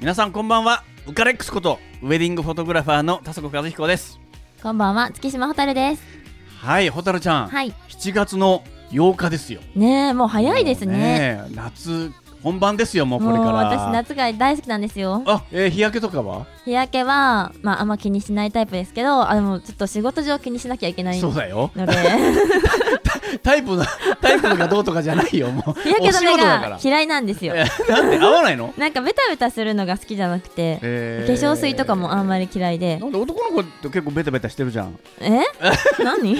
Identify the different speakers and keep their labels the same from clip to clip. Speaker 1: 皆さんこんばんはウカレックスことウェディングフォトグラファーの田底和彦です
Speaker 2: こんばんは、月島蛍です。
Speaker 1: はい蛍ちゃん、
Speaker 2: はい。
Speaker 1: 7月の8日ですよ
Speaker 2: ねえ、もう早いですね。
Speaker 1: もうね夏本番ですよもうこ
Speaker 2: も
Speaker 1: れ
Speaker 2: う
Speaker 1: から
Speaker 2: 私夏が大好きなんですよ
Speaker 1: あ、えー日焼けとかは
Speaker 2: 日焼けは、まあ、あんま気にしないタイプですけどあでもちょっと仕事上気にしなきゃいけない
Speaker 1: そ
Speaker 2: の
Speaker 1: う
Speaker 2: で
Speaker 1: だよタイプの タイプがどうとかじゃないよもう
Speaker 2: 日焼け
Speaker 1: お仕
Speaker 2: 止め
Speaker 1: 事だから
Speaker 2: が嫌いなんですよ
Speaker 1: えなんで合わないの、
Speaker 2: なんかベタベタするのが好きじゃなくて、
Speaker 1: え
Speaker 2: 化粧水とかもあんまり嫌いで
Speaker 1: なんで男の子って結構ベタベタしてるじゃん
Speaker 2: え何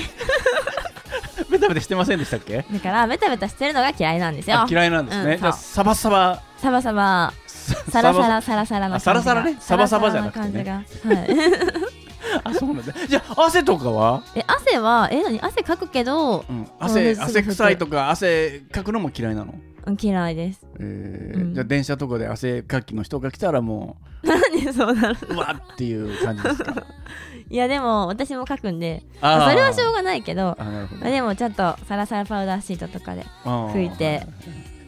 Speaker 1: ベタベタしてませんでしたっけ
Speaker 2: だからベタベタしてるのが嫌いなんですよ
Speaker 1: あ嫌いなんですね、
Speaker 2: うんそう
Speaker 1: じゃあサバサバ
Speaker 2: サバサバサ
Speaker 1: サ
Speaker 2: ラサラサラサラの感じが
Speaker 1: あサラサラねサバサバじゃなくてね
Speaker 2: サラサラな感じがはい
Speaker 1: あそうなんだじゃあ汗とかは、
Speaker 2: え汗はえ何汗かくけど
Speaker 1: うん、
Speaker 2: そう
Speaker 1: 汗
Speaker 2: です
Speaker 1: 汗臭いとか汗かくのも嫌いなの
Speaker 2: うん嫌いです
Speaker 1: えー
Speaker 2: うん
Speaker 1: じゃあ電車とかで汗かきの人が来たらも
Speaker 2: 何そうなの
Speaker 1: ううわっていう感じですか
Speaker 2: いやでも私も書くんで
Speaker 1: あー
Speaker 2: それはしょうがないけど
Speaker 1: あなるほど
Speaker 2: でもちょっとサラサラパウダーシートとかで、ね、
Speaker 1: あー
Speaker 2: 拭いて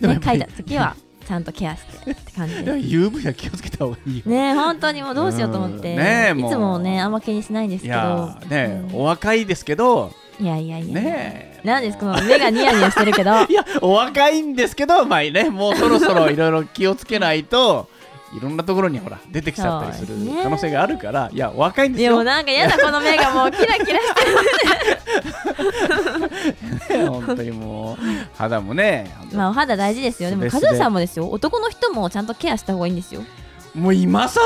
Speaker 1: でもやっぱ
Speaker 2: 書い
Speaker 1: り
Speaker 2: た時はちゃんとケアしてって 感じ
Speaker 1: いや
Speaker 2: で。
Speaker 1: UV は気をつけた方が いいよ、
Speaker 2: ねえ本当にもうどうしようと思って、
Speaker 1: うんねえ
Speaker 2: い
Speaker 1: もう
Speaker 2: つもねあんま気にしないんで
Speaker 1: い
Speaker 2: すけ
Speaker 1: や
Speaker 2: ど
Speaker 1: ーね、お若いですけど
Speaker 2: いやいやいや
Speaker 1: ねえ
Speaker 2: なんですこの目がニヤニヤしてるけど
Speaker 1: いやお若いんですけどまあねもうそろそろいろいろ気をつけないといろんなところにほら出てきちゃったりする
Speaker 2: そうですね
Speaker 1: 可能性があるからいやお若いんで
Speaker 2: い
Speaker 1: す
Speaker 2: やも
Speaker 1: よ
Speaker 2: うなんかやだこの目がもうキ ラキラしてる
Speaker 1: 本当にもう肌も ね
Speaker 2: まあお肌大事ですよでも
Speaker 1: すべ
Speaker 2: カ
Speaker 1: すべ
Speaker 2: ズーさんもですよ男の人もちゃんとケアした方がいいんですよ
Speaker 1: もう今更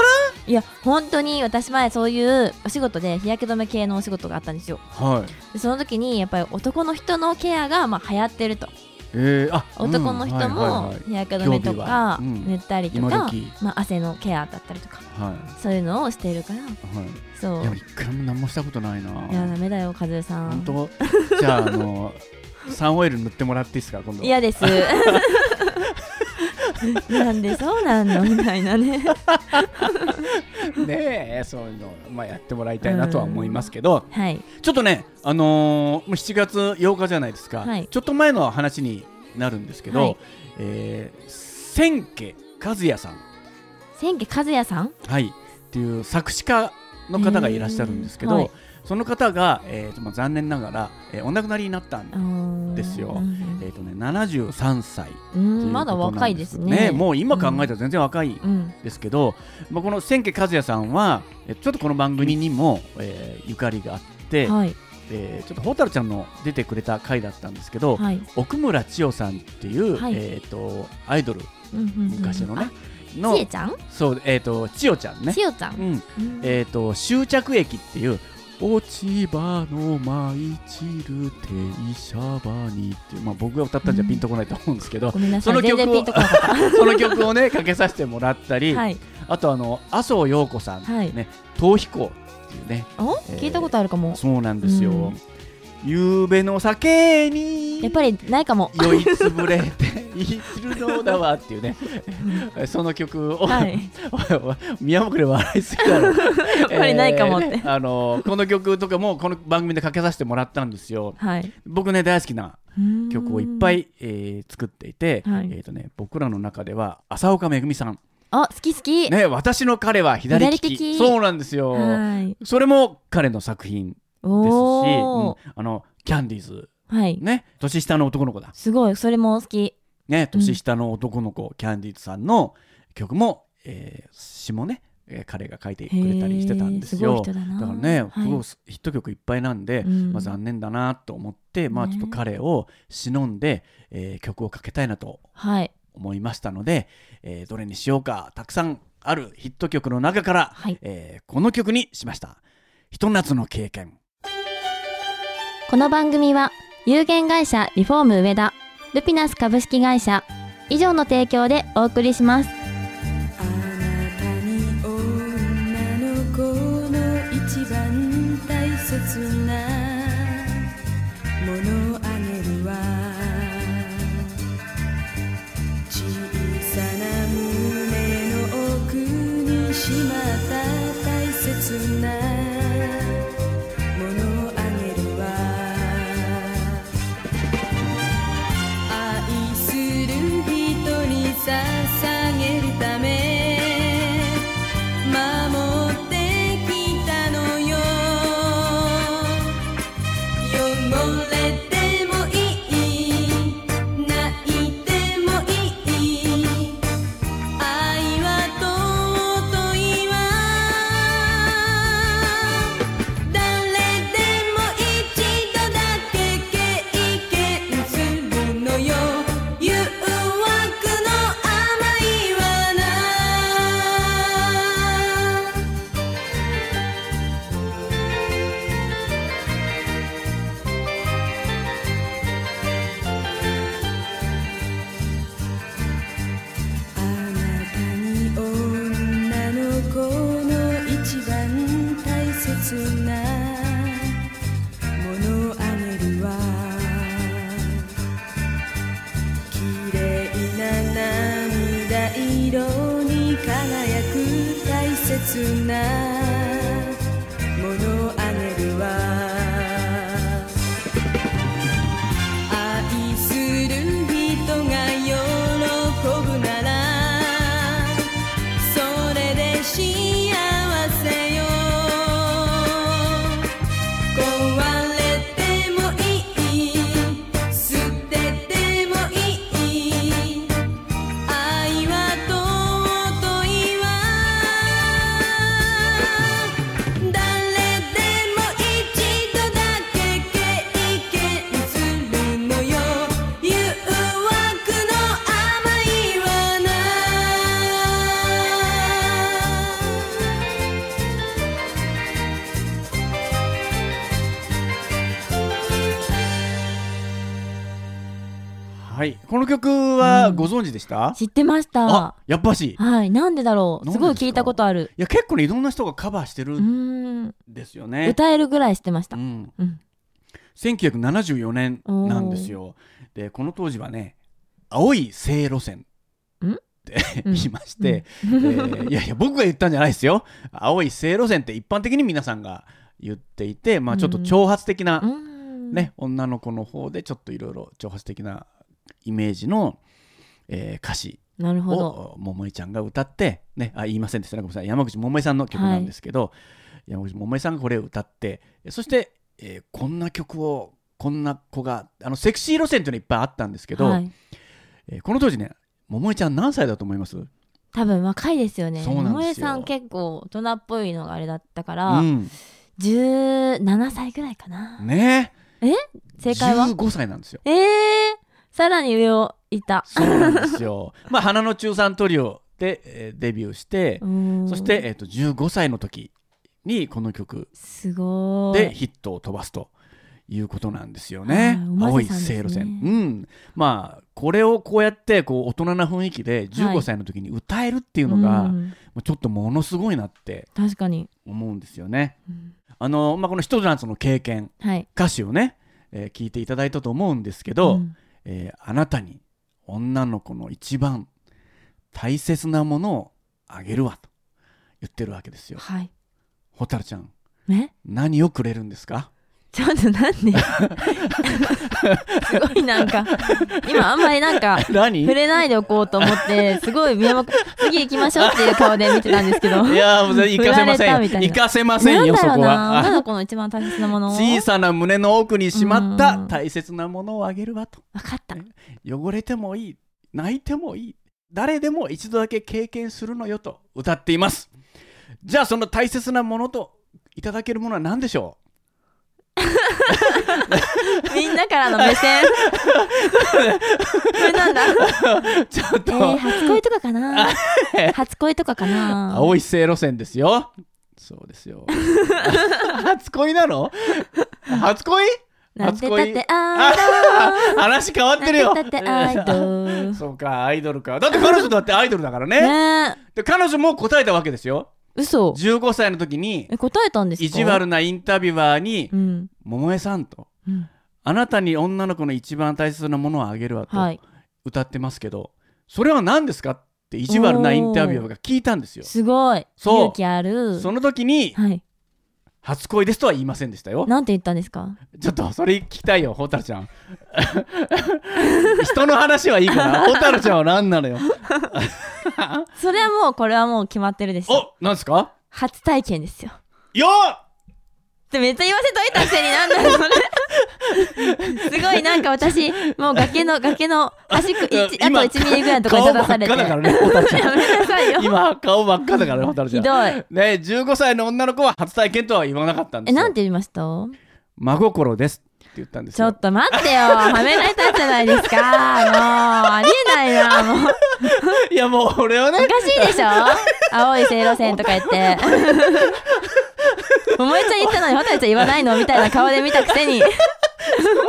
Speaker 2: いや本当に私前そういうお仕事で日焼け止め系のお仕事があったんですよ
Speaker 1: はい
Speaker 2: でその時にやっぱり男の人のケアがまあ流行ってると
Speaker 1: えー、あ
Speaker 2: 男の人も日焼け止めとか
Speaker 1: 興味はうん
Speaker 2: 塗ったりと
Speaker 1: 今
Speaker 2: か、
Speaker 1: 時
Speaker 2: まあ、汗のケアだったりとか
Speaker 1: はい
Speaker 2: そういうのをしてるから
Speaker 1: はい、
Speaker 2: そ
Speaker 1: は
Speaker 2: う
Speaker 1: い、でも一回も何もしたことないない
Speaker 2: やダメだよカズーさ
Speaker 1: 本
Speaker 2: ん
Speaker 1: 当 じゃああのサンオイル塗ってもらっていいですか今度
Speaker 2: 嫌ですなんでそうなんのみたい なね
Speaker 1: ねえそういうの、まあ、やってもらいたいなとは思いますけど、
Speaker 2: はい
Speaker 1: ちょっとね、あのーもう7月8日じゃないですか、
Speaker 2: はい
Speaker 1: ちょっと前の話になるんですけど、
Speaker 2: はい
Speaker 1: えー千家和也さん、
Speaker 2: 千家和也さん
Speaker 1: はい、っていう作詞家の方がいらっしゃるんですけど、
Speaker 2: えーはい
Speaker 1: その方が、えーとまあ、残念ながら、えーお亡くなりになったん
Speaker 2: うーん
Speaker 1: ですよ
Speaker 2: うん
Speaker 1: えーとね、73歳っていう
Speaker 2: う
Speaker 1: ことなん
Speaker 2: んまだ若いですね
Speaker 1: もう今考えたら全然若い
Speaker 2: うん
Speaker 1: ですけど、まあ、この千家和也さんはえちょっとこの番組にも、えーゆかりがあって、
Speaker 2: はい
Speaker 1: えーちょっと蛍ちゃんの出てくれた回だったんですけど、
Speaker 2: はい
Speaker 1: 奥村千代さんっていう、
Speaker 2: はい
Speaker 1: えー、とアイドル
Speaker 2: うんうんうん
Speaker 1: 昔のね、
Speaker 2: あ
Speaker 1: の
Speaker 2: ちえちゃん
Speaker 1: そうえっ、と千代ちゃんね
Speaker 2: ち、よちゃん
Speaker 1: うん
Speaker 2: うん
Speaker 1: えっ、と終着駅っていう落ち葉の舞い散る停車場にっていうまあ僕が歌ったんじゃピンとこないと思うんですけど、
Speaker 2: ごめんなさ
Speaker 1: その
Speaker 2: い全
Speaker 1: 曲を
Speaker 2: 然ピンとこなかっ
Speaker 1: その曲をねかけさせてもらったり、
Speaker 2: たはい
Speaker 1: あとあの麻生陽子さん、
Speaker 2: はい
Speaker 1: ね逃避行っていうね
Speaker 2: お
Speaker 1: えー
Speaker 2: 聞いたことあるかも
Speaker 1: そうなんですよ、
Speaker 2: うん
Speaker 1: 夕べの酒に
Speaker 2: やっぱりないかも
Speaker 1: 酔いつぶれているのだわっていうねその曲を、
Speaker 2: はい
Speaker 1: 宮本くれ笑いすぎだ ろ
Speaker 2: やっぱりないかもって、
Speaker 1: えーあのこの曲とかもこの番組でかけさせてもらったんですよ
Speaker 2: はい
Speaker 1: 僕ね大好きな曲をいっぱ
Speaker 2: うーん
Speaker 1: い、えー作っていて、
Speaker 2: はい
Speaker 1: えーとね、僕らの中では浅岡めぐみさん、
Speaker 2: あ好き好き、
Speaker 1: ね、私の彼は左利き
Speaker 2: 左利き
Speaker 1: そうなんですよ、
Speaker 2: はい
Speaker 1: それも彼の作品ですし、うん
Speaker 2: おー、
Speaker 1: あのキャンディーズ、
Speaker 2: はい
Speaker 1: ね、年下の男の子だ
Speaker 2: すごいそれも好き
Speaker 1: ね、年下の男の子、キャンディーズさんの曲も、えー詩もね、えー彼が書いてくれたりしてたんです
Speaker 2: へ
Speaker 1: よ
Speaker 2: ー。ごい人だな
Speaker 1: だからね、
Speaker 2: はい
Speaker 1: すごいヒット曲いっぱいなんで、
Speaker 2: うん
Speaker 1: まあ、残念だなと思って、まあ、
Speaker 2: ね
Speaker 1: ちょっと彼を忍んで、えー曲をかけたいなと
Speaker 2: はい
Speaker 1: 思いましたので、えーどれにしようかたくさんあるヒット曲の中から、
Speaker 2: はい
Speaker 1: えーこの曲にしました「ひと夏の経験
Speaker 2: この番組は有限会社リフォーム上田ルピナス株式会社以上の提供でお送りします
Speaker 3: 「あなたに女の子の一番大切なものあげるわ」「小さな胸の奥にしまった大切なものあげるわ」愛する人に捧げる
Speaker 4: 色に輝く大切なものあげるわ愛する人が喜ぶならそれで幸せよ壊れてもいい捨ててもいい愛は尊いわ誰でも一度だけ経験するのよ誘惑の甘いはない
Speaker 1: はいこの曲は
Speaker 2: うん
Speaker 1: ご存知でした、
Speaker 2: 知ってました
Speaker 1: あ。やっぱしい
Speaker 2: はい、なんでだろう。
Speaker 1: なんでです
Speaker 2: す
Speaker 1: か
Speaker 2: ごい聞いたことある。
Speaker 1: や結構ねいろんな人がカバーしてる
Speaker 2: うんーん、
Speaker 1: ですよね
Speaker 2: 歌えるぐらい知ってまし
Speaker 1: う
Speaker 2: た。
Speaker 1: ん、
Speaker 2: うん、
Speaker 1: 1974年なんですよでこの当時はね青い正路線って
Speaker 2: うん
Speaker 1: 言いまして、
Speaker 2: う
Speaker 1: え
Speaker 2: ん
Speaker 1: ーい やいや僕が言ったんじゃないですよ青い正路線って一般的に皆さんが言っていて、まあ、ちょっと挑発的な、
Speaker 2: うん
Speaker 1: ね、女の子の方でちょっといろいろ挑発的なイメージの、えー歌詞
Speaker 2: なるほど。
Speaker 1: を桃井ちゃんが歌って、ね、あ言いませんでしたねごめんなさい山口百恵さんの曲なんですけど、山口百恵さんがこれを歌ってそして、えーこんな曲をこんな子があのセクシー路線っていうのいっぱいあったんですけど、
Speaker 2: はい、
Speaker 1: えーこの当時ね桃井ちゃん何歳だと思います
Speaker 2: 多分若いですよね。
Speaker 1: そうなんですよ
Speaker 2: もえさん結構大人っぽいのがあれだったから、
Speaker 1: うん、
Speaker 2: 17歳ぐらいかな。
Speaker 1: ね
Speaker 2: 正解は
Speaker 1: 15歳なんですよ。
Speaker 2: ええー、さらに上をいた。
Speaker 1: そうなんです よ。まあ花の中3トリオで、えーデビューして、そ
Speaker 2: そ
Speaker 1: して、えー、と15歳の時にこの曲
Speaker 2: すごー
Speaker 1: で
Speaker 2: い。
Speaker 1: ヒットを飛ばすということなんですよ
Speaker 2: はい
Speaker 1: ね。
Speaker 2: お
Speaker 1: 青
Speaker 2: ま
Speaker 1: い
Speaker 2: ささんですね
Speaker 1: セール線。うん。まあこれをこうやってこう大人な雰囲気で
Speaker 2: は
Speaker 1: 15
Speaker 2: い
Speaker 1: 歳の時に歌えるっていうの
Speaker 2: う
Speaker 1: が、も
Speaker 2: ん
Speaker 1: うちょっとものすごいなって
Speaker 2: 確かに、
Speaker 1: 思うんですよね。
Speaker 2: うん
Speaker 1: あのまあこの一つのその経験
Speaker 2: はい。
Speaker 1: 歌詞をね、えー聞いていただいたと思うんですけど、
Speaker 2: うん
Speaker 1: えーあなたに女の子の一番大切なものをあげるわと言ってるわけですよ。
Speaker 2: はい。
Speaker 1: ホタルちゃん
Speaker 2: ね、
Speaker 1: 何をくれるんですか
Speaker 2: ちょっとなんで すごいなんか今あんまりなんか
Speaker 1: 何
Speaker 2: 触れないでおこうと 思ってすごい宮本次行きましょうっていう顔で見てたんですけど
Speaker 1: いやーもう行かせませ
Speaker 2: 振られた
Speaker 1: ん
Speaker 2: みた
Speaker 1: よ
Speaker 2: いな
Speaker 1: 行かせませんよ
Speaker 2: なん
Speaker 1: そ
Speaker 2: だろう
Speaker 1: こ
Speaker 2: な女
Speaker 1: は
Speaker 2: の子の一番大切な もの
Speaker 1: 小さな胸の奥にしまっ
Speaker 2: う
Speaker 1: た
Speaker 2: ん
Speaker 1: 大切なものをあげるわと
Speaker 2: 分かった
Speaker 1: 汚れてもいい泣いてもいい誰でも一度だけ経験するのよと歌っていますじゃあその大切なものといただけるものは何でしょ
Speaker 2: みんなからの目線これな んだ
Speaker 1: うちょっ
Speaker 2: え
Speaker 1: と、
Speaker 2: ー、初恋とかかな初恋とかかな
Speaker 1: 青い正路線ですよそうですよ 初恋なの初恋
Speaker 2: なんてだ
Speaker 1: 初
Speaker 2: っ
Speaker 1: 恋
Speaker 2: てあ
Speaker 1: 話変わっ
Speaker 2: ー
Speaker 1: てるよ
Speaker 2: なん てだってアイドル
Speaker 1: そうかアイドルかだって彼女だってアイドルだからね
Speaker 2: ねえ
Speaker 1: で彼女も答えたわけですよ
Speaker 2: 嘘
Speaker 1: 15歳の時に
Speaker 2: え答えたんですか
Speaker 1: 意地悪なインタビュアーに
Speaker 2: うん
Speaker 1: 「桃江さん」と
Speaker 2: うん
Speaker 1: 「あなたに女の子の一番大切なものをあげるわ」と
Speaker 2: はい
Speaker 1: 歌ってますけどそれは何ですかって意地悪なインタビュアーが聞いたんですよ
Speaker 2: すごい
Speaker 1: そう
Speaker 2: 勇気ある
Speaker 1: その時に
Speaker 2: はい
Speaker 1: 「初恋です」とは言いませんでしたよ
Speaker 2: なんて言ったんですか
Speaker 1: ちょっとそれ聞きたいよ蛍ちゃん 人の話はいいから蛍ちゃんは何な のよ
Speaker 2: それはもうこれはもう決まってるでしょ
Speaker 1: おなんですか
Speaker 2: 初体験ですよ
Speaker 1: よっ
Speaker 2: ってめっちゃ言わせといたくせになんだよ それすごいなんか私もう崖の崖の端っこ
Speaker 1: うん
Speaker 2: 一あと1ミリぐらいのとこに立たされて
Speaker 1: 顔真っ赤だ
Speaker 2: や
Speaker 1: からね蛍ちゃん
Speaker 2: めなさいよ
Speaker 1: 今顔真っ赤だからね蛍ちゃ
Speaker 2: ひ
Speaker 1: ん
Speaker 2: どい
Speaker 1: ね15歳の女の子は初体験とは言わなかったんで
Speaker 2: え
Speaker 1: すよ
Speaker 2: なんて言いました
Speaker 1: 真心ですって言ったんです
Speaker 2: ちょ
Speaker 1: よ
Speaker 2: っと待ってよはめられたじゃないですかもうありえないなもう
Speaker 1: いやもう俺は
Speaker 2: お
Speaker 1: ね
Speaker 2: かしいでしょ青い正路線とか言 って。桃江ちゃん言ったのに、ホタルちゃん言わないのみたいな顔で見たくせに。
Speaker 1: そ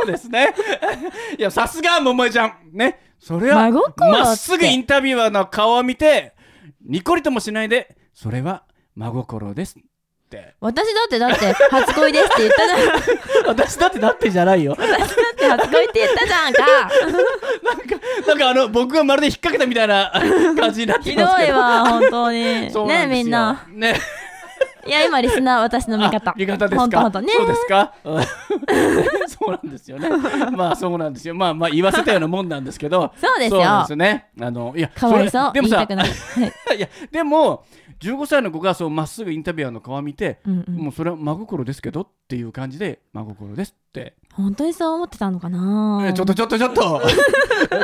Speaker 1: うですね いやさすが桃江ちゃんねそれは
Speaker 2: 真心って
Speaker 1: まっすぐインタビュアーの顔を見てニコリともしないでそれは真心ですって
Speaker 2: 私だってだって、初恋ですって言ったじゃん。だ
Speaker 1: 私だってだってじゃないよ
Speaker 2: って初恋って言ったじゃんか。
Speaker 1: なんかなんかあの僕がまるで引っ掛けたみたいな感じになって
Speaker 2: ひ
Speaker 1: き
Speaker 2: ど
Speaker 1: ますけど
Speaker 2: いわ、本当に。
Speaker 1: そうな
Speaker 2: ねえ、
Speaker 1: ですよ
Speaker 2: みんな。
Speaker 1: ね
Speaker 2: いや、今、リスナー、私の味方。
Speaker 1: あ味方ですか
Speaker 2: 本当、本当ね。
Speaker 1: そうですかうん そうなんですよねまあそうなんですよまあまあ言わせたようなもんなんですけど
Speaker 2: そうですよ
Speaker 1: なんですよねあのいや
Speaker 2: かわいそ
Speaker 1: れ
Speaker 2: う。
Speaker 1: でも
Speaker 2: 言いた
Speaker 1: さ
Speaker 2: くない。はい
Speaker 1: いやでも15歳の子がそうまっすぐインタビュアーの顔を見て、
Speaker 2: うんうん
Speaker 1: もうそれは真心ですけどっていう感じで真心ですって、
Speaker 2: 本当にそう思ってたのかな
Speaker 1: えちょっとちょっとちょっと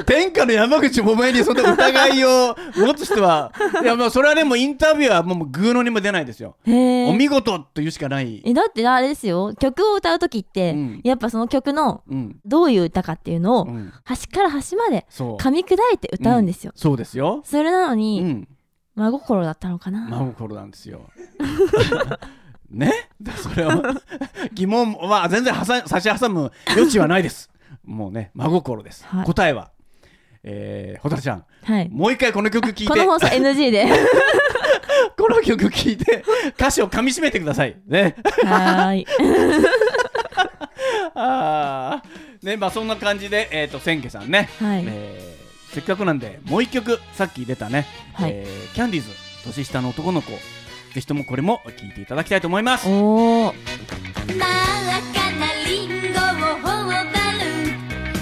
Speaker 1: 天下の山口百恵にそんな疑いを持つ人はいやもうそれはでもインタビュアーはもうぐうのにも出ないですよ、
Speaker 2: へえ
Speaker 1: お見事というしかない、
Speaker 2: えだってあれですよ曲を歌う時って、
Speaker 1: うん
Speaker 2: やっぱその曲の
Speaker 1: うん
Speaker 2: どういう歌かっていうのを、
Speaker 1: うん、
Speaker 2: 端から端まで
Speaker 1: そう
Speaker 2: 噛み砕いて歌うんですよ、
Speaker 1: そうですよ、
Speaker 2: それなの
Speaker 1: う
Speaker 2: に、
Speaker 1: ん、
Speaker 2: 真心だったのかな、
Speaker 1: 真心なんですよ ねだそれは 疑問は全然はさ差し挟む余地はないですもうね真心です、
Speaker 2: はい
Speaker 1: 答えはえー、蛍ちゃん
Speaker 2: はい
Speaker 1: もう一回この曲聴いて
Speaker 2: この放送 NG で
Speaker 1: この曲聴いて歌詞を噛み締めてくださいね
Speaker 2: はーい
Speaker 1: あーねまあそんな感じでえっ、と千家さんね、
Speaker 2: はい、
Speaker 1: えーせっかくなんでもう一曲さっき出たね、
Speaker 2: はい
Speaker 1: えーキャンディーズ年下の男の子ぜひともこれも聴いていただきたいと思います
Speaker 2: おお
Speaker 4: 真っ赤なリンゴを頬張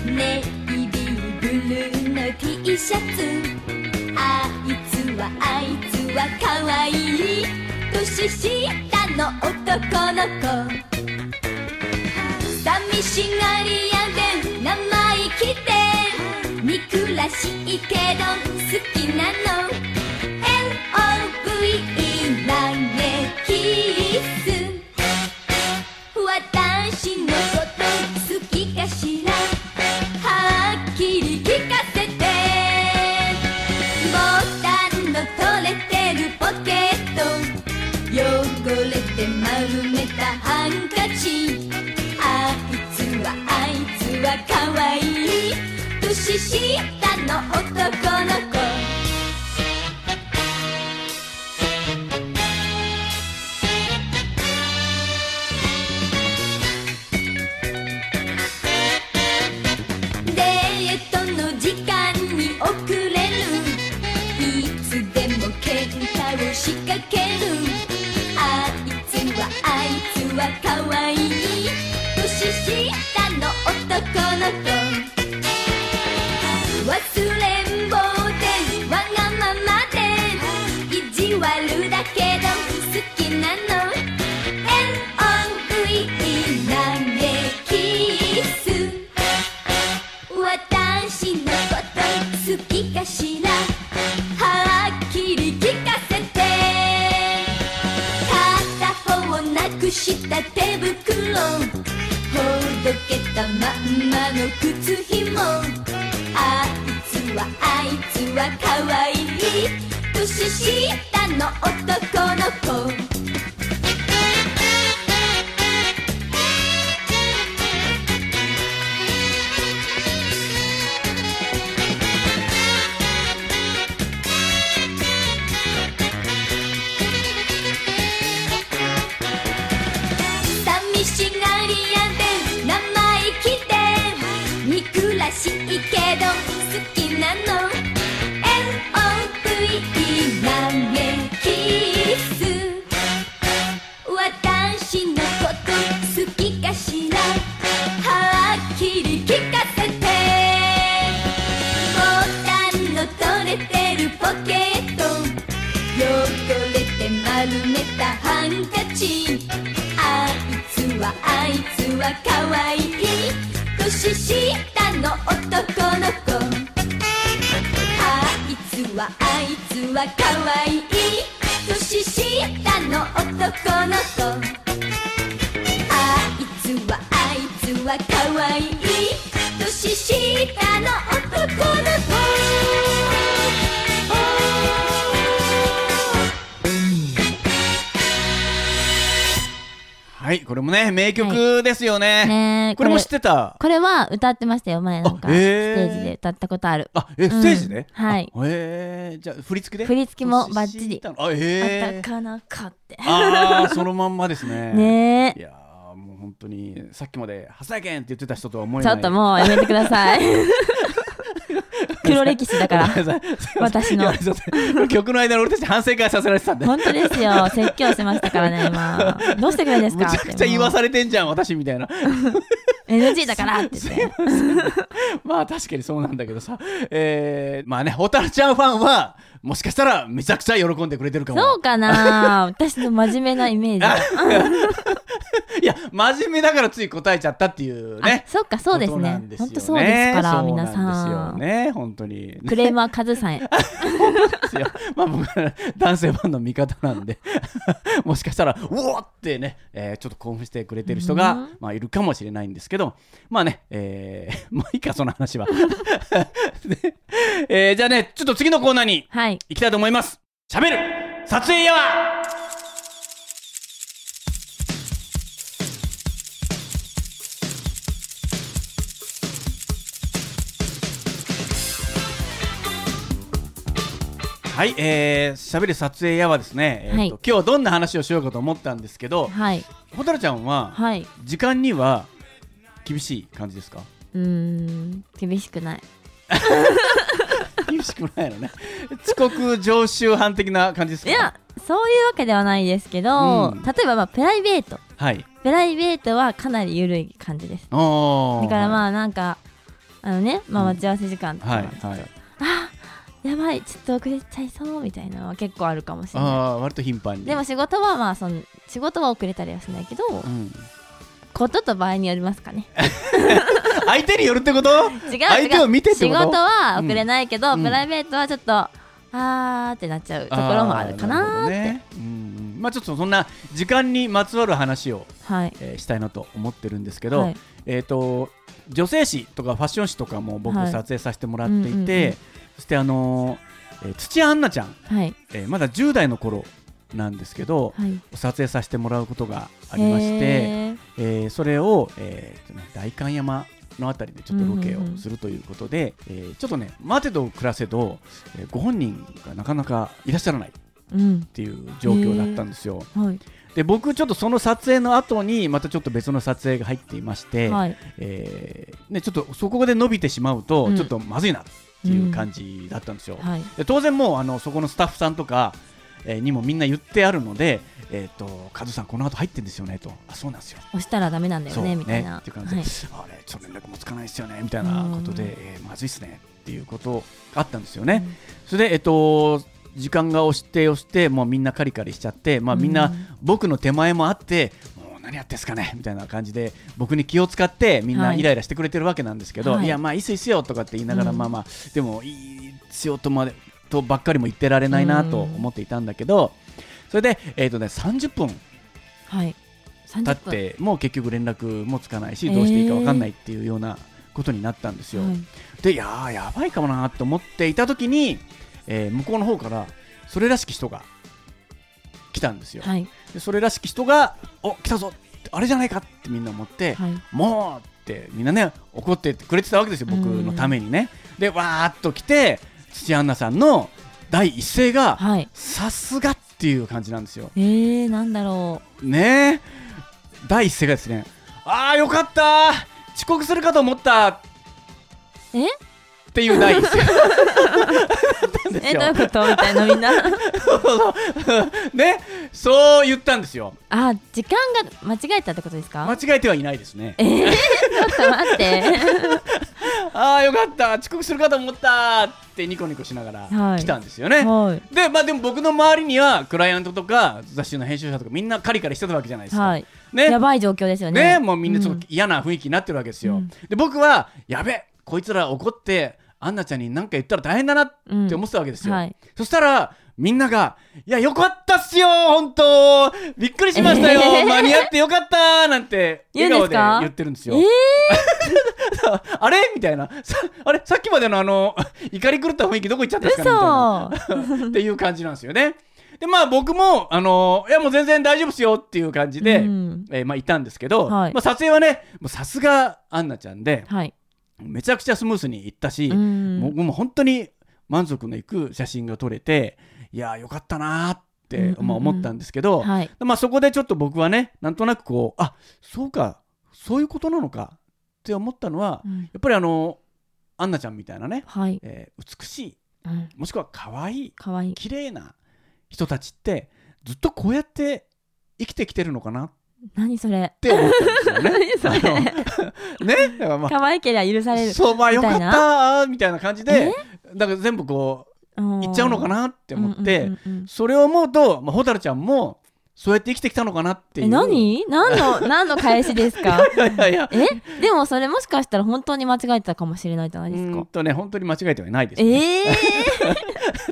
Speaker 4: るネイビーブルーの T シャツあいつはあいつはかわいい年下の男の子寂しがり屋で生意気で見くらしいけど好きなの LOVE 投げキッス私のこと好きかしらはっきり聞かせてボタンの取れてるポケット汚れて丸めたハンカチあいつはあいつはかわいい年下の男の子デートの時間に遅れるいつでも喧嘩を仕掛けるあいつはあいつはかわいい年下の男の子忘れん坊でわがままで意地悪だけど好きなの LOVE 投げキッス私のこと好きかしらはっきり聞かせて片方をなくした手袋ほどけたまんまの靴ひもあいつはあいつはかわいい年下の男の子寂しがり屋で生意気で憎らしいけど好きなの LOVE なめキス私のこと好きかしらはっきり聞かせてボタンの取れてるポケット汚れて丸めたハンカチあいつはあいつはかわいい年下の男の子あいつはあいつはかわいい年下の男の子あいつはあいつはかわいい年下の男の子
Speaker 1: はい、これもね、名曲ですよね。
Speaker 2: ねえ
Speaker 1: これも知ってた。
Speaker 2: これは歌ってましたよ前なんか
Speaker 1: あ
Speaker 2: ス
Speaker 1: へ
Speaker 2: テ
Speaker 1: え
Speaker 2: ージで歌ったことある
Speaker 1: あ、え、ステージで、
Speaker 2: うんはい
Speaker 1: あへえ、じゃあ振り付けで
Speaker 2: 振り付けもバッチリ
Speaker 1: 知ったのあ、へ
Speaker 2: あ
Speaker 1: え
Speaker 2: た。かなかって
Speaker 1: ああー、そのまんまですね。
Speaker 2: ね
Speaker 1: い
Speaker 2: え
Speaker 1: やーもう本当にさっきまで「はさやけん!」って言ってた人とは思え
Speaker 2: ち
Speaker 1: な
Speaker 2: ょ
Speaker 1: い
Speaker 2: っともうやめてください黒歴史 だか
Speaker 1: ご
Speaker 2: ら
Speaker 1: めんなさい
Speaker 2: 私の
Speaker 1: いやちょっと曲の間に俺たち反省会させられてたんで
Speaker 2: 本当ですよ説教してましたからね今どうしてくれるんですか
Speaker 1: むちゃくちゃ言わ
Speaker 2: れ
Speaker 1: されてんじゃん私みた いな
Speaker 2: NG だからって言って
Speaker 1: まあ確かにそうなんだけどさえー、まあね蛍ちゃんファンはもしかしたらめちゃくちゃ喜んでくれてるかも
Speaker 2: そうかな私の真面目なイメージ
Speaker 1: あいや真面目だからつい答えちゃったっていうね
Speaker 2: あそうかそうです
Speaker 1: ことな
Speaker 2: ね
Speaker 1: んですよ
Speaker 2: 本当そうですから
Speaker 1: そうなん
Speaker 2: 皆
Speaker 1: ですよ
Speaker 2: さん
Speaker 1: ね本当にね
Speaker 2: クレーマーカズさんへ
Speaker 1: ですよ。まあ僕は男性ファンの味方なんで もしかしたら「うおーってね、えーちょっと興奮してくれてる人が、
Speaker 2: うん
Speaker 1: まあ、いるかもしれないんですけどまあね、えー、 もういいかその話は、 でえーじゃあねちょっと次のコーナーに
Speaker 2: はい
Speaker 1: 行きたいと思いますしゃべる撮影やわはい、えー、しゃべる撮影やはですね、えーと
Speaker 2: はい
Speaker 1: 今日はどんな話をしようかと思ったんですけど
Speaker 2: はい
Speaker 1: 蛍ちゃんは
Speaker 2: はい
Speaker 1: 時間には厳しい感じですか
Speaker 2: うーん厳しくない
Speaker 1: 厳しくないのね 遅刻常習犯的な感じです
Speaker 2: い
Speaker 1: か
Speaker 2: やそういうわけではないですけど、
Speaker 1: うん
Speaker 2: 例えばまあプライベート
Speaker 1: はい
Speaker 2: プライベートはかなり緩い感じです
Speaker 1: あー
Speaker 2: だからまあなんかあのね、まあ、
Speaker 1: うん
Speaker 2: 待ち合わせ時間とか、
Speaker 1: はいはい
Speaker 2: あやばいちょっと遅れちゃいそうみたいなのは結構あるかもしれな
Speaker 1: ああー割と頻繁
Speaker 2: い
Speaker 1: に
Speaker 2: でも仕事はまあその仕事は遅れたりはしないけど、
Speaker 1: うん
Speaker 2: ことと場合によりますかね
Speaker 1: 相手によるってこと
Speaker 2: 違う違う
Speaker 1: 相手を見てって
Speaker 2: 仕
Speaker 1: こ
Speaker 2: 事
Speaker 1: と
Speaker 2: は遅れないけど、
Speaker 1: うん
Speaker 2: プライベートはちょっとあーってなっちゃうところもあるかなー
Speaker 1: あー
Speaker 2: って
Speaker 1: るほどねうんうんまあちょっとそんな時間にまつわる話を、
Speaker 2: はい
Speaker 1: えーしたいなと思ってるんですけど、
Speaker 2: はい
Speaker 1: えっ、と女性誌とかファッション誌とかも僕
Speaker 2: はい
Speaker 1: 撮影させてもらっていて、
Speaker 2: うんうんうん
Speaker 1: そしてあのーえー土屋アンナちゃん、
Speaker 2: はい
Speaker 1: えーまだ10代の頃なんですけど、
Speaker 2: はい
Speaker 1: 撮影させてもらうことがありまして、
Speaker 2: へー
Speaker 1: えーそれを、えーえっとね代官山のあたりでちょっとロケ
Speaker 2: うんうんう
Speaker 1: を
Speaker 2: ん
Speaker 1: するということで、えーちょっとね待てど暮らせど、えーご本人がなかなかいらっしゃらないっ
Speaker 2: うん
Speaker 1: ていう状況だったんですよ。
Speaker 2: はい
Speaker 1: で僕ちょっとその撮影の後にまたちょっと別の撮影が入っていまして、
Speaker 2: はい
Speaker 1: えーね、ちょっとそこで伸びてしまうと
Speaker 2: うん
Speaker 1: ちょっとまずいなっていう感じだったんですよ。
Speaker 2: はい
Speaker 1: で当然もうあのそこのスタッフさんとか、えーにもみんな言ってあるので「えー、とカズさんこの後入ってんですよね」と「あそうなんですよ」
Speaker 2: 押したらダメなんだよ
Speaker 1: そう
Speaker 2: ねみたいな
Speaker 1: っていう感じで、
Speaker 2: はい
Speaker 1: あれちょっと連絡もつかないですよねみたいなこと
Speaker 2: うん
Speaker 1: で、えーまずいっすねっていうことあったんですよね、それでえっと時間が押して押してもうみんなカリカリしちゃってまあ
Speaker 2: うん
Speaker 1: みんな僕の手前もあって、もう何やってんすかねみたいな感じで僕に気を使ってみんな
Speaker 2: はい
Speaker 1: イライラしてくれてるわけなんですけど、、
Speaker 2: はいい
Speaker 1: やまあいいっすよいいっすよとかって言いながら、
Speaker 2: うん
Speaker 1: まあまあでもいいっすよとまでとばっかりも言ってられないなと思っていたんだけど、それでえっとね30分
Speaker 2: はい30分
Speaker 1: 経ってもう結局連絡もつかないしどうしていいか分かんないっていうようなことになったんですよ。
Speaker 2: はい
Speaker 1: でいやーやばいかもなーと思っていた時に、えー向こうの方からそれらしき人が来たんですよ。
Speaker 2: はい
Speaker 1: でそれらしき人が「お来たぞあれじゃないか」ってみんな思って「
Speaker 2: はい
Speaker 1: もう!」ってみんなね怒ってくれてたわけですよ僕のためにね。でわーっと来て土屋アンナさんの第一声が
Speaker 2: はい
Speaker 1: 「さすが!」っていう感じなんですよ。
Speaker 2: えー、なんだろ
Speaker 1: ねえ第一声がですね「ああよかったー遅刻するかと思った!」っ
Speaker 2: うえ
Speaker 1: ていう第一声だったんです
Speaker 2: え
Speaker 1: よ
Speaker 2: どういうことみたいなみんな
Speaker 1: そうそうそう ねそう言ったんですよ
Speaker 2: あ時間が間違えたってことです
Speaker 1: 間
Speaker 2: か
Speaker 1: 違えてはいないですね
Speaker 2: えー、ちょっと待って
Speaker 1: ああよかった遅刻するかと思ったってニコニコしなが
Speaker 2: は
Speaker 1: ら
Speaker 2: い
Speaker 1: 来たんですよね、
Speaker 2: は
Speaker 1: でまあでも僕の周りにはクライアントとか雑誌の編集者とかみんなカリカリしてたわけじゃないで
Speaker 2: い
Speaker 1: すか、
Speaker 2: はい
Speaker 1: ね
Speaker 2: やばい状況ですよね
Speaker 1: ねもうみんなちょっと嫌な雰囲気になってるわけですよ、
Speaker 2: うん
Speaker 1: で僕はやべこいつら怒ってアンナちゃんに何か言ったら大変だなって思ってたわけですよ、
Speaker 2: はい
Speaker 1: そしたらみんなが「いやよかったっすよ本当びっくりしました よ、
Speaker 2: えー
Speaker 1: 間に合ってよかった」なんて
Speaker 2: 言
Speaker 1: 笑
Speaker 2: うんで
Speaker 1: 顔で
Speaker 2: すか
Speaker 1: 言ってるんです
Speaker 2: え
Speaker 1: よ。
Speaker 2: ー、
Speaker 1: あれみたいなさあれさっきまでのあの 怒り狂った雰囲気どこ行っちゃったんですかねみたいな
Speaker 2: 嘘
Speaker 1: っていう感じなんですよね。でまあ僕も、あのいやもう全然大丈夫っすよっていう感じで、
Speaker 2: うん
Speaker 1: えーまあ、いたんですけど、
Speaker 2: はい
Speaker 1: まあ、撮影はねもうさすがアンナちゃんで
Speaker 2: はい
Speaker 1: めちゃくちゃスムースにいったし、
Speaker 2: うん
Speaker 1: もうもう本当に満足のいく写真が撮れていやーよかったなーって、
Speaker 2: うんうんうん
Speaker 1: まあ、思ったんですけど、
Speaker 2: はい
Speaker 1: まあ、そこでちょっと僕はねなんとなくこうあそうかそういうことなのかって思ったのは、
Speaker 2: うん
Speaker 1: やっぱりあのアンナちゃんみたいなね、
Speaker 2: はい。
Speaker 1: えー美しい
Speaker 2: うん。
Speaker 1: もしくは可愛い
Speaker 2: 可愛い。
Speaker 1: 綺麗な人たちってずっとこうやって生きてきてるのかなっ
Speaker 2: 何それ。
Speaker 1: て思ったんですよね。あの
Speaker 2: 何それ
Speaker 1: ねだからまあ
Speaker 2: 可愛ければ許される。
Speaker 1: そうまあよかっ
Speaker 2: みたい
Speaker 1: たみたいな感じでだから全部こうい
Speaker 2: 行
Speaker 1: っちゃうのか
Speaker 2: っ
Speaker 1: なって思って、
Speaker 2: うんうんうんうん
Speaker 1: それを思うと、まあ、蛍ちゃんもそうやって生きてきたのかなっていう。
Speaker 2: え、何 何の、何の返しですか
Speaker 1: いやいやいや
Speaker 2: えでもそれもしかしたら本当に間違えてたかもしれないじゃな
Speaker 1: う
Speaker 2: いです
Speaker 1: ーん
Speaker 2: か。
Speaker 1: とね本当に間違えてはいないです、ね。
Speaker 2: ええ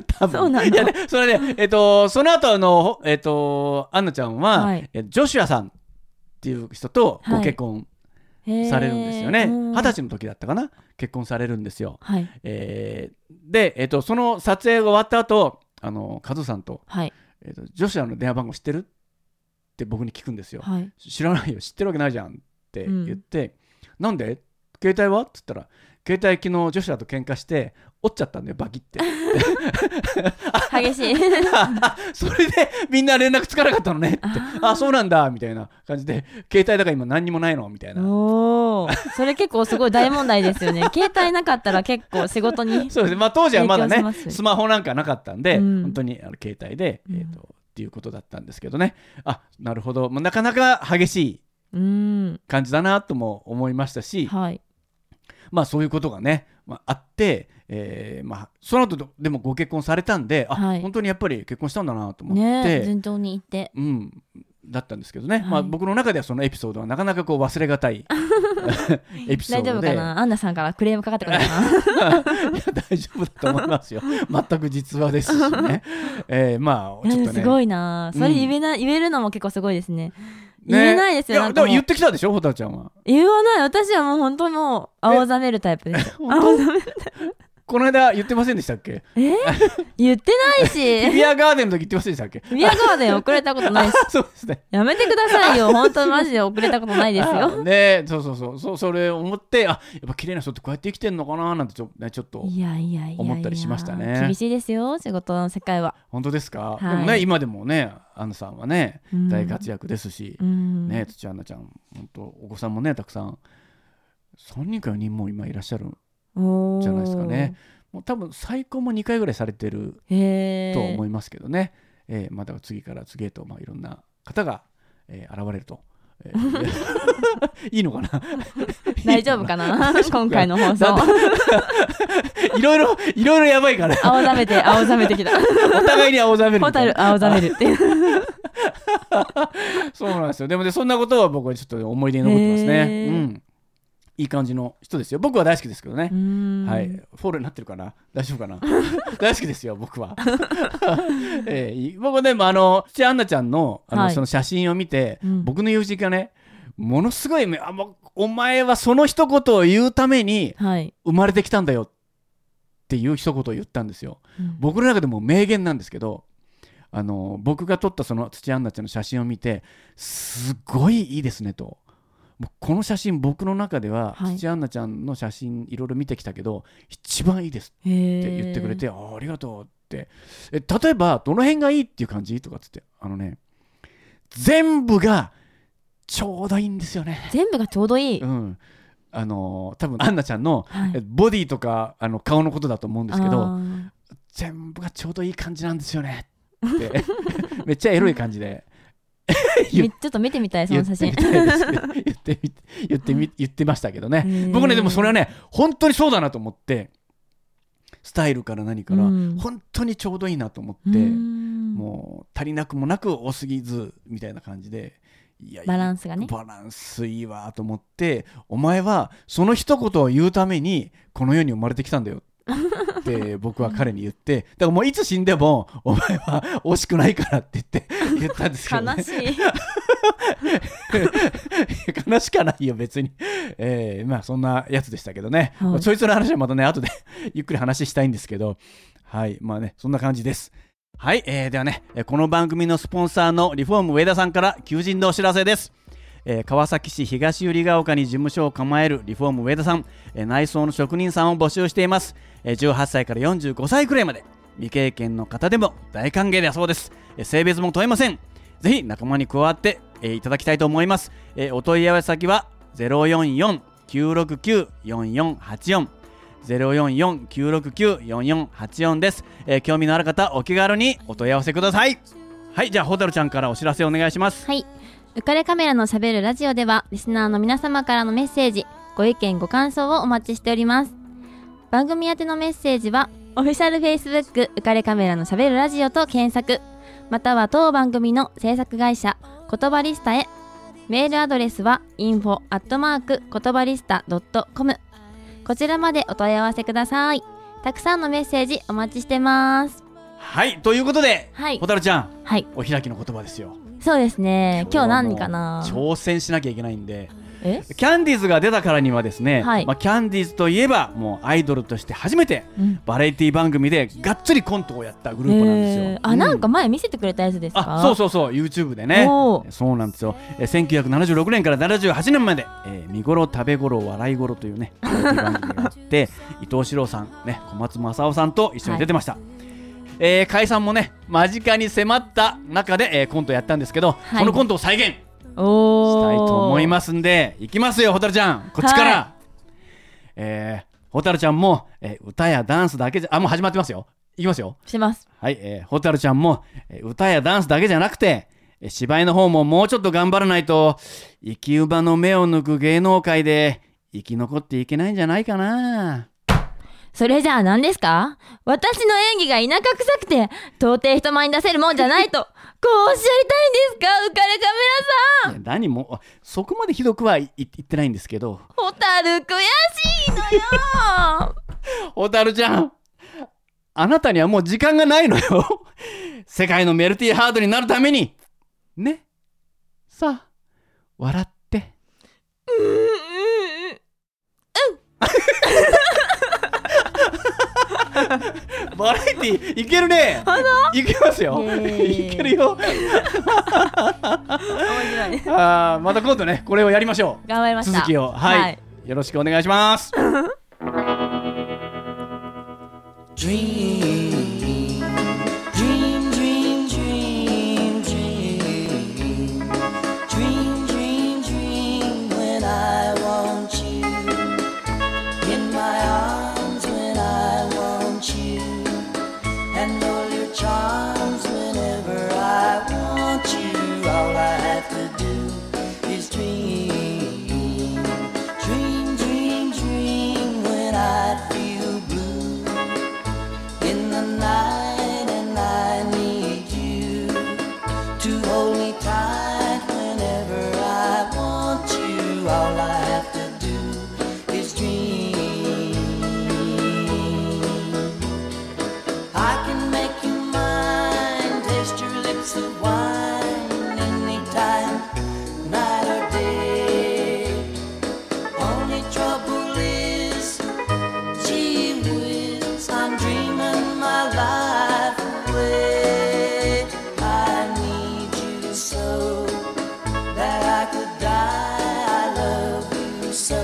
Speaker 1: 多分
Speaker 2: そうなの
Speaker 1: いや、ね、それね、えっと、その後あの、ほえっと、アンナちゃんは、
Speaker 2: はい
Speaker 1: えジョシュアさんっていう人と
Speaker 2: はい
Speaker 1: ご結婚
Speaker 2: ー。
Speaker 1: されるんですよね。
Speaker 2: う
Speaker 1: 二、十、
Speaker 2: ん
Speaker 1: 歳の時だったかな、結婚されるんですよ。
Speaker 2: はい。
Speaker 1: えーで、えっと、その撮影が終わった後、あの、カズさんと、
Speaker 2: はい。
Speaker 1: えっと、ジョシュアの電話番号知ってるって僕に聞くんですよ。
Speaker 2: はい。
Speaker 1: 知らないよ知ってるわけないじゃんって言って、なんで携帯はって言ったら携帯昨日女子だと喧嘩して折っちゃったんだよバキって
Speaker 2: 激しい。
Speaker 1: それでみんな連絡つかなかったのねって
Speaker 2: あー
Speaker 1: あそうなんだみたいな感じで携帯だから今何にもないのみたいな
Speaker 2: おお。それ結構すごい大問題ですよね。 携帯なかったら結構仕事 に。
Speaker 1: そうですねまあ当時はまだ
Speaker 2: 影響しま
Speaker 1: ね
Speaker 2: すよ
Speaker 1: スマホなんかなかったんで、
Speaker 2: うん
Speaker 1: 本当にあの携帯で、えーと
Speaker 2: う
Speaker 1: っていうことだったんですけどねあなるほど、まあ、なかなか激しい
Speaker 2: うん。
Speaker 1: 感じだなとも思いましたし、
Speaker 2: はい。
Speaker 1: まあそういうことがね、まあ、あって、えーまあ、その後どでもご結婚されたんで、
Speaker 2: は
Speaker 1: あ
Speaker 2: い
Speaker 1: 本当にやっぱり結婚したんだなと思って、
Speaker 2: ねえ順調にいって。
Speaker 1: うん、だったんですけどね、
Speaker 2: はい
Speaker 1: まあ、僕の中ではそのエピソードはなかなかこう忘れが たいエピソー
Speaker 2: 大丈
Speaker 1: ド
Speaker 2: 夫か
Speaker 1: で
Speaker 2: なアンナさんからクレームかかってこないかな
Speaker 1: いや大丈夫だと思い ますよ全く実話ですしね、えーま あちょっ
Speaker 2: え
Speaker 1: とね
Speaker 2: すごいなそれ言えない、言えるのも結構すごいですね。言えないですよ
Speaker 1: ね
Speaker 2: なん
Speaker 1: で
Speaker 2: か
Speaker 1: も
Speaker 2: もう
Speaker 1: 言ってきたでしょ蛍ちゃんは
Speaker 2: 言わない。私はもう本当にもう、青ざめるタイプです。青ざめる。
Speaker 1: この間言ってませんでしたっけ
Speaker 2: え言ってない し。
Speaker 1: ビアガーデンの時言ってませんでしたっけ
Speaker 2: ビアガーデン遅れたことないし。
Speaker 1: そうですね
Speaker 2: やめてくださいよ。本当にマジで遅れたことないです
Speaker 1: あ
Speaker 2: よ。
Speaker 1: ーねそうそうそうそそれを思ってあやっぱ綺麗な人ってこうやって生きてんのかななんてちょ,、ね、ちょっと
Speaker 2: いやいやいやいや。
Speaker 1: 思ったりしましたね
Speaker 2: 厳しいですよ、仕事の世界は。
Speaker 1: 本当ですか、
Speaker 2: い
Speaker 1: でもね今でもねアンナさんはね
Speaker 2: うん
Speaker 1: 大活躍ですし
Speaker 2: う、ん。
Speaker 1: ね土屋アンナちゃん本当お子さんもねたくさん3人か4人も今いらっしゃる
Speaker 2: おー
Speaker 1: じゃないですかね。もう多分最高も2回ぐらいされてる
Speaker 2: へえ。
Speaker 1: と思いますけどね、えーまた次から次へと、まあ、いろんな方が、えー現れると。えー いいのかな
Speaker 2: 大丈夫か な今回の放送。
Speaker 1: いろいろ、いろいろやばいから、
Speaker 2: 青ざめて、青ざめてきた。
Speaker 1: お互いに青ざめる
Speaker 2: ホ
Speaker 1: みた
Speaker 2: タ
Speaker 1: いな。
Speaker 2: ル、青ざめるっていう。
Speaker 1: そうなんですよ。でもね、そんなことは僕はちょっと思い出に残ってますね。
Speaker 2: へー
Speaker 1: うん。いい感じの人ですよ。僕は大好きですけどね
Speaker 2: う。ん
Speaker 1: はい。フォローになってるかな大丈夫かな 大好きですよ、僕は。 えーいい僕はでも、あの、土屋アンナちゃんの、あの、
Speaker 2: はい
Speaker 1: その写真を見て、
Speaker 2: うん
Speaker 1: 僕の友人がね、ものすごい目、あ、もう、お前はその一言を言うために
Speaker 2: はい。
Speaker 1: 生まれてきたんだよっていう一言を言ったんですよ。
Speaker 2: うん
Speaker 1: 僕の中でも名言なんですけどあの僕が撮ったその土屋アンナちゃんの写真を見てすごいいいですねともうこの写真僕の中では、
Speaker 2: はい
Speaker 1: 土屋アンナちゃんの写真いろいろ見てきたけど一番いいです
Speaker 2: へ
Speaker 1: っ
Speaker 2: ー
Speaker 1: て言ってくれて、あーありがとうってえ例えばどの辺がいいっていう感じとかっつってあのね全部がちょうどいいんですよね。。
Speaker 2: 全部がちょうどいいう
Speaker 1: んあの多分アンナちゃんの
Speaker 2: はい
Speaker 1: えボディとかあの顔のことだと思うんですけど、
Speaker 2: あー
Speaker 1: 全部がちょうどいい感じなんですよ ねってめっちゃエロい感じで言っ
Speaker 2: みちょっと見てみた い、そ
Speaker 1: 言
Speaker 2: の
Speaker 1: っ
Speaker 2: 写
Speaker 1: てみたい
Speaker 2: 真。
Speaker 1: ですね言ってみ言ってみ言ってましたけどね
Speaker 2: へー
Speaker 1: 僕ねでもそれはね本当にそうだなと思ってスタイルから何から
Speaker 2: うん
Speaker 1: 本当にちょうどいいなと思
Speaker 2: う
Speaker 1: って
Speaker 2: ん
Speaker 1: もう足りなくもなく多すぎずみたいな感じでいや
Speaker 2: バランスがね
Speaker 1: バランスいいわと思ってお前はその一言を言うためにこの世に生まれてきたんだよって僕は彼に言ってだからもういつ死んでもお前は惜しくないからって言って言ったんですけど、ね、
Speaker 2: 悲しい。
Speaker 1: 悲しかないよ別に、えーまあそんなやつでしたけどね、
Speaker 2: はい
Speaker 1: そいつの話はまたね後で ゆっくり話したいんですけどはいまあねそんな感じですはい、えーではねえーこの番組のスポンサーのリフォーム上田さんから求人のお知らせですえー川崎市東百合ヶ丘に事務所を構えるリフォーム上田さん、えー内装の職人さんを募集しています、えー18歳から45歳くらいまで未経験の方でも大歓迎だそうです、えー性別も問いませんぜひ仲間に加わって、えーいただきたいと思います、えーお問い合わせ先は044-969-4484 044-969-4484です、えー興味のある方お気軽にお問い合わせくださいはいじゃあ蛍ちゃんからお知らせお願いします
Speaker 2: はい。浮かれカメラのしゃべるラジオでは、リスナーの皆様からのメッセージ、ご意見、ご感想をお待ちしております。番組宛てのメッセージは、オフィシャル Facebook 浮かれカメラのしゃべるラジオと検索、または当番組の制作会社、言葉リスタへ。メールアドレスは info アットマーク言葉リスタ .com こちらまでお問い合わせください。たくさんのメッセージお待ちしてます。
Speaker 1: はいということで
Speaker 2: はい。
Speaker 1: 蛍ちゃん
Speaker 2: はい。
Speaker 1: お開きの言葉ですよ
Speaker 2: そうですね。今日何かな
Speaker 1: 挑戦しなきゃいけないんで
Speaker 2: え
Speaker 1: キャンディーズが出たからにはですね、
Speaker 2: はい
Speaker 1: まあ、キャンディーズといえばもうアイドルとして初めて
Speaker 2: うん
Speaker 1: バラエティ番組でがっつりコントをやったグループなんですよ。
Speaker 2: へーあ、
Speaker 1: う
Speaker 2: なんか前見せてくれたやつですか。
Speaker 1: あそうそうそう YouTube でね
Speaker 2: おー
Speaker 1: そうなんですよえー1976年から78年まで、えー見頃食べ頃笑い頃と いうねバラエティ番組があって伊藤史郎さん、ね、小松政夫さんと一緒に出てました、えー解散もね間近に迫った中で、えーコントやったんですけど、
Speaker 2: はい
Speaker 1: このコントを再現し
Speaker 2: おお。
Speaker 1: たいと思いますんでいきますよ蛍ちゃんこっちから、
Speaker 2: は
Speaker 1: えー蛍ちゃんも、えー歌やダンスだけじゃあもう始まってますよいきますよ
Speaker 2: します。
Speaker 1: はい、えー、ホタルちゃんも、えー歌やダンスだけじゃなくて、えー芝居の方ももうちょっと頑張らないと、生き馬の目を抜く芸能界で生き残っていけないんじゃないかな。
Speaker 2: それじゃあ何ですか私の演技が田舎臭くて、到底人前に出せるもんじ ゃないと、こうおっしゃりたいんですか浮かれカメ
Speaker 1: いや何も、あそこまでひどくはいい言ってないんですけど、
Speaker 2: ラさん。ホタル悔しいの よ
Speaker 1: ホタルちゃん、あなたにはもう時間がないのよ。 世界のメルティーハートになるために。ね。さあ、笑って。バラエティーいけるね。いけますよ。
Speaker 2: イエーイ
Speaker 1: いけるよ。
Speaker 2: 面白い。
Speaker 1: ああ、また今度ね、これをやりましょう。
Speaker 2: 頑張りました。
Speaker 1: 続きを、はい、
Speaker 2: はい
Speaker 1: よろしくお願いします。
Speaker 5: Charms whenever I want you, all I have to do is dream. Dream, dream, dream when I feel blue in the night, and I need you to hold me tight whenever I want you. All I have to do is dream. I can make you mine, taste your lips of wine anytime, night or day. Only trouble is, gee whiz, I'm dreaming my life away. I need you so that I could die. I love you so.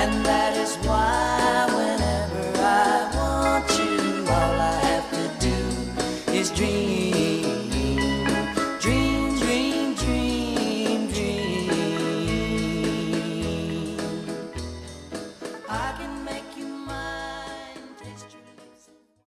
Speaker 5: And that is why whenever I want you, all I have to do is dream.